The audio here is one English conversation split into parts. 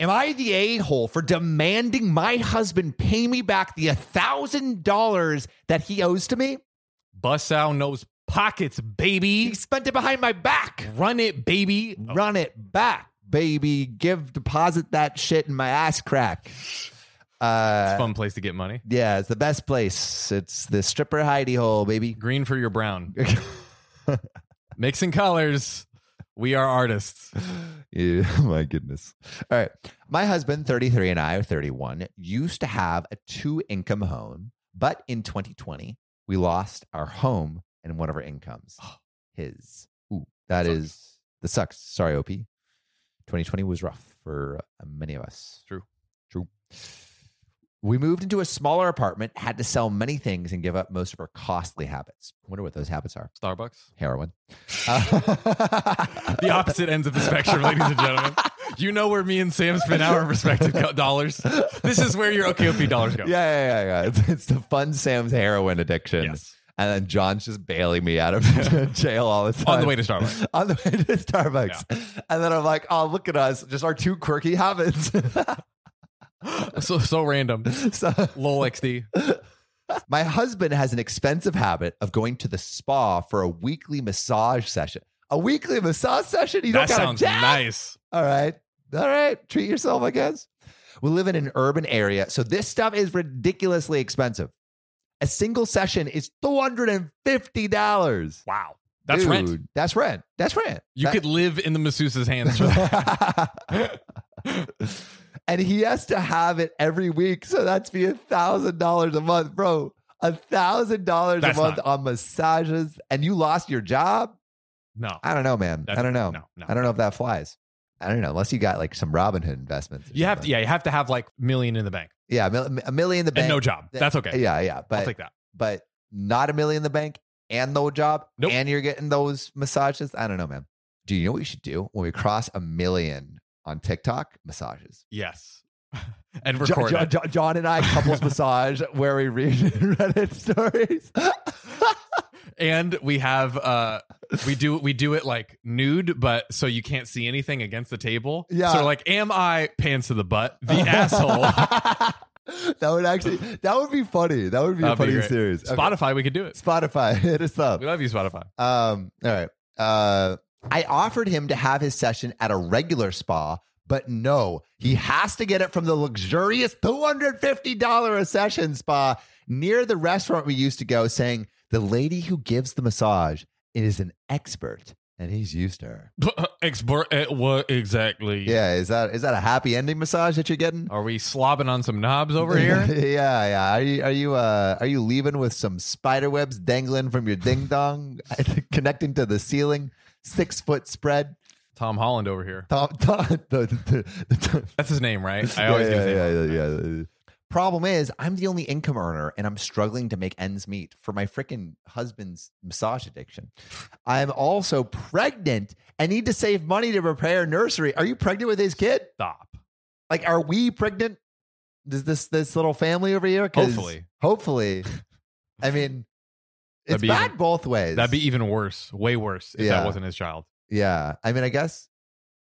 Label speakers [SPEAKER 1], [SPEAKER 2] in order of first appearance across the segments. [SPEAKER 1] Am I the a hole for demanding my husband pay me back the $1,000 that he owes to me?
[SPEAKER 2] Bussow knows pockets,
[SPEAKER 1] He
[SPEAKER 2] baby.
[SPEAKER 1] spent it behind my back.
[SPEAKER 2] Run it, baby.
[SPEAKER 1] Run it back, baby. Give deposit that shit in my ass crack. Uh,
[SPEAKER 2] Fun place to get money.
[SPEAKER 1] yeah, it's the best place. It's the stripper hidey hole, baby.
[SPEAKER 2] Green for your brown. Mixing colors. We are artists.
[SPEAKER 1] Yeah, my goodness. All right. My husband, 33, and I, 31, used to have a two income home, but in 2020, we lost our home and one of our incomes. His. Ooh, that
[SPEAKER 2] Sucks.
[SPEAKER 1] is, that sucks. Sorry, OP. 2020 was rough for uh, many of us.
[SPEAKER 2] True.
[SPEAKER 1] True. We moved into a smaller apartment, had to sell many things, and give up most of our costly habits. Wonder what those habits are.
[SPEAKER 2] Starbucks.
[SPEAKER 1] Heroin. Uh,
[SPEAKER 2] The opposite ends of the spectrum, ladies and gentlemen. You know where me and Sam spend our respective co- dollars. This is where your OKOP dollars go.
[SPEAKER 1] Yeah, yeah, yeah, yeah. It's, it's the fun Sam's heroin addiction.
[SPEAKER 2] Yes.
[SPEAKER 1] And then John's just bailing me out of jail all the time.
[SPEAKER 2] On the way to Starbucks.
[SPEAKER 1] On the way to Starbucks. And then I'm like, oh, look at us. Just our two quirky habits.
[SPEAKER 2] So so random.
[SPEAKER 1] so
[SPEAKER 2] Lol XD.
[SPEAKER 1] my husband has an expensive habit of going to the spa for a weekly massage session. A weekly massage session? You
[SPEAKER 2] That
[SPEAKER 1] don't
[SPEAKER 2] sounds
[SPEAKER 1] got a dad?
[SPEAKER 2] nice.
[SPEAKER 1] All right. All right. Treat yourself, I guess. We live in an urban area, so this stuff is ridiculously expensive. A single session is $250.
[SPEAKER 2] Wow. That's rent.
[SPEAKER 1] Dude, That's rent. That's rent.
[SPEAKER 2] You
[SPEAKER 1] That-
[SPEAKER 2] could live in the masseuse's hands for that.
[SPEAKER 1] and he has to have it every week. So that's be a thousand dollars a month, bro. A thousand dollars a
[SPEAKER 2] That's
[SPEAKER 1] month on massages. And you lost your job?
[SPEAKER 2] No.
[SPEAKER 1] I don't know, man.
[SPEAKER 2] That's-
[SPEAKER 1] I don't know.
[SPEAKER 2] No, no.
[SPEAKER 1] I don't know if that flies. I don't know. Unless you got like some Robinhood investments. or
[SPEAKER 2] You have to
[SPEAKER 1] something.
[SPEAKER 2] yeah, you have to have like million in the bank.
[SPEAKER 1] Yeah, a mil- a million in the bank.
[SPEAKER 2] And no job. That's okay.
[SPEAKER 1] Yeah, yeah,
[SPEAKER 2] I'll
[SPEAKER 1] but
[SPEAKER 2] take that.
[SPEAKER 1] but not a million in the bank and no job,
[SPEAKER 2] Nope.
[SPEAKER 1] and you're getting those massages. I don't know, man. Do you know what we should do when we cross a million on TikTok massages?
[SPEAKER 2] Yes. And
[SPEAKER 1] Jo-
[SPEAKER 2] record
[SPEAKER 1] Jo-
[SPEAKER 2] it.
[SPEAKER 1] Jo- John and I couples massage where we read Reddit stories.
[SPEAKER 2] and we have uh we do we do it like nude but so you can't see anything against the table
[SPEAKER 1] Yeah.
[SPEAKER 2] so like am i pants to the butt the asshole
[SPEAKER 1] that would actually that would be funny. That would be
[SPEAKER 2] That'd
[SPEAKER 1] a
[SPEAKER 2] be
[SPEAKER 1] funny
[SPEAKER 2] great.
[SPEAKER 1] series. Okay.
[SPEAKER 2] spotify we could do it
[SPEAKER 1] Spotify, hit us up.
[SPEAKER 2] we love you spotify
[SPEAKER 1] Um, all right. Uh, I offered him to have his session at a regular spa, but no, he has to get it from the luxurious $250 a session spa near the restaurant we used to go, saying the lady who gives the massage is an expert and he's used to her.
[SPEAKER 2] export eh, what exactly
[SPEAKER 1] Yeah, is that is that a happy ending massage that you're getting?
[SPEAKER 2] are we slobbing on some knobs over here
[SPEAKER 1] yeah, yeah. Are you are you uh are you leaving with some spider webs dangling from your ding dong connecting to the ceiling? Six foot spread.
[SPEAKER 2] tom holland over here
[SPEAKER 1] Tom, Tom, the, the, the, the-
[SPEAKER 2] that's his name right i always
[SPEAKER 1] yeah,
[SPEAKER 2] get his
[SPEAKER 1] yeah,
[SPEAKER 2] name wrong.
[SPEAKER 1] yeah, yeah, yeah. Problem is, I'm the only income earner, and I'm struggling to make ends meet for my freaking husband's massage addiction. I'm also pregnant and need to save money to prepare nursery. Are you pregnant with his kid?
[SPEAKER 2] stop
[SPEAKER 1] Like, are we pregnant? Does this this little family over here? 'Cause
[SPEAKER 2] Hopefully.
[SPEAKER 1] hopefully. I mean, it's
[SPEAKER 2] That'd be
[SPEAKER 1] bad
[SPEAKER 2] even-
[SPEAKER 1] both ways.
[SPEAKER 2] that'd be even worse way worse if
[SPEAKER 1] Yeah.
[SPEAKER 2] that wasn't his child
[SPEAKER 1] yeah. I mean, I guess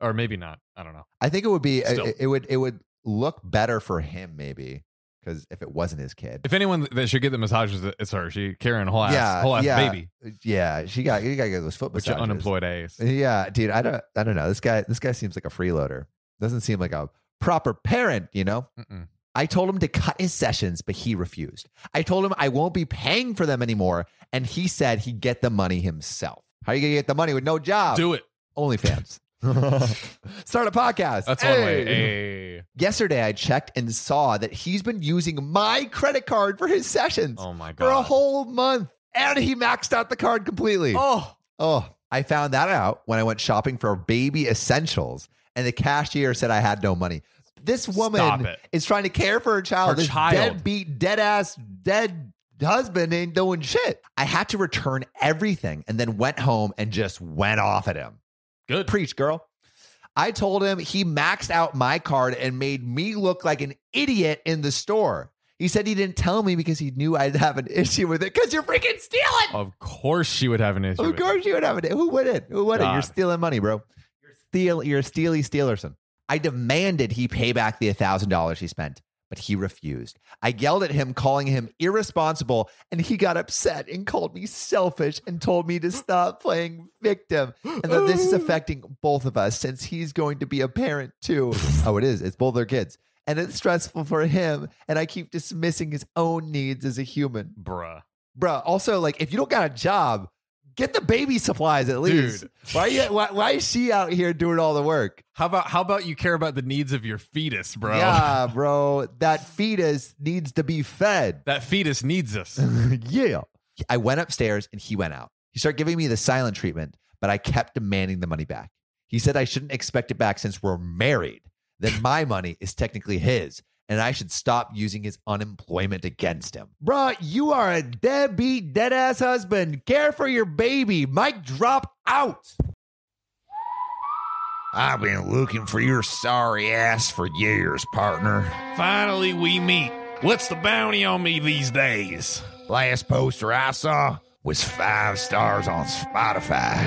[SPEAKER 2] or maybe not i don't know
[SPEAKER 1] I think it would be
[SPEAKER 2] Still.
[SPEAKER 1] it, it would it would look better for him maybe because if it wasn't his kid,
[SPEAKER 2] if anyone that should get the massages it's her she carrying whole ass
[SPEAKER 1] Yeah,
[SPEAKER 2] whole ass
[SPEAKER 1] yeah.
[SPEAKER 2] baby
[SPEAKER 1] Uh, yeah, she got you got to go to those foot
[SPEAKER 2] which
[SPEAKER 1] massages.
[SPEAKER 2] unemployed a's
[SPEAKER 1] Yeah, dude, I don't I don't know this guy. This guy seems like a freeloader. Doesn't seem like a proper parent, you know.
[SPEAKER 2] Mm-mm.
[SPEAKER 1] I told him to cut his sessions, but he refused. I told him I won't be paying for them anymore, and he said he'd get the money himself. How are you gonna get the money with no job?
[SPEAKER 2] Do it.
[SPEAKER 1] OnlyFans. Start a podcast.
[SPEAKER 2] That's one way. Hey.
[SPEAKER 1] Yesterday, I checked and saw that he's been using my credit card for his sessions
[SPEAKER 2] Oh my god.
[SPEAKER 1] for a whole month. And he maxed out the card completely. Oh.
[SPEAKER 2] Oh,
[SPEAKER 1] I found that out when I went shopping for baby essentials, and the cashier said I had no money. This
[SPEAKER 2] Stop
[SPEAKER 1] woman
[SPEAKER 2] it.
[SPEAKER 1] is trying to care for her child.
[SPEAKER 2] Her
[SPEAKER 1] this
[SPEAKER 2] child.
[SPEAKER 1] deadbeat, dead ass, dead husband ain't doing shit. I had to return everything and then went home and just went off at him.
[SPEAKER 2] good.
[SPEAKER 1] Preach, girl. I told him he maxed out my card and made me look like an idiot in the store. He said he didn't tell me because he knew I'd have an issue with it because you're freaking stealing.
[SPEAKER 2] Of course she would have an issue.
[SPEAKER 1] of
[SPEAKER 2] with it.
[SPEAKER 1] course you would have it. Who wouldn't? Who wouldn't? You're
[SPEAKER 2] God.
[SPEAKER 1] stealing money, bro. You're steal. You're a steely Steelerson. I demanded he pay back the $1,000 he spent, but he refused. I yelled at him, calling him irresponsible, and he got upset and called me selfish and told me to stop playing victim. And that this is
[SPEAKER 2] Oh.
[SPEAKER 1] affecting both of us since he's going to be a parent too. oh, it is. It's both their kids. And it's stressful for him. And I keep dismissing his own needs as a human.
[SPEAKER 2] Bruh.
[SPEAKER 1] Bruh, also, like, if you don't got a job, get the baby supplies at least.
[SPEAKER 2] Dude.
[SPEAKER 1] Why, you, why, why is she out here doing all the work?
[SPEAKER 2] How about how about you care about the needs of your fetus, bro?
[SPEAKER 1] Yeah, bro. That fetus needs to be fed.
[SPEAKER 2] That fetus needs us.
[SPEAKER 1] yeah. I went upstairs and he went out. He started giving me the silent treatment, but I kept demanding the money back. He said I shouldn't expect it back since we're married. Then my money is technically his, and I should stop using his unemployment against him. Bruh, you are a deadbeat, dead ass husband. Care for your baby. Mike, drop out.
[SPEAKER 3] I've been looking for your sorry ass for years, partner.
[SPEAKER 2] Finally we meet. What's the bounty on me these days?
[SPEAKER 3] Last poster I saw was five stars on Spotify.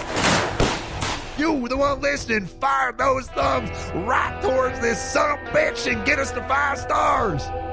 [SPEAKER 3] You, the one listening, fire those thumbs right towards this son of a bitch and get us to five stars.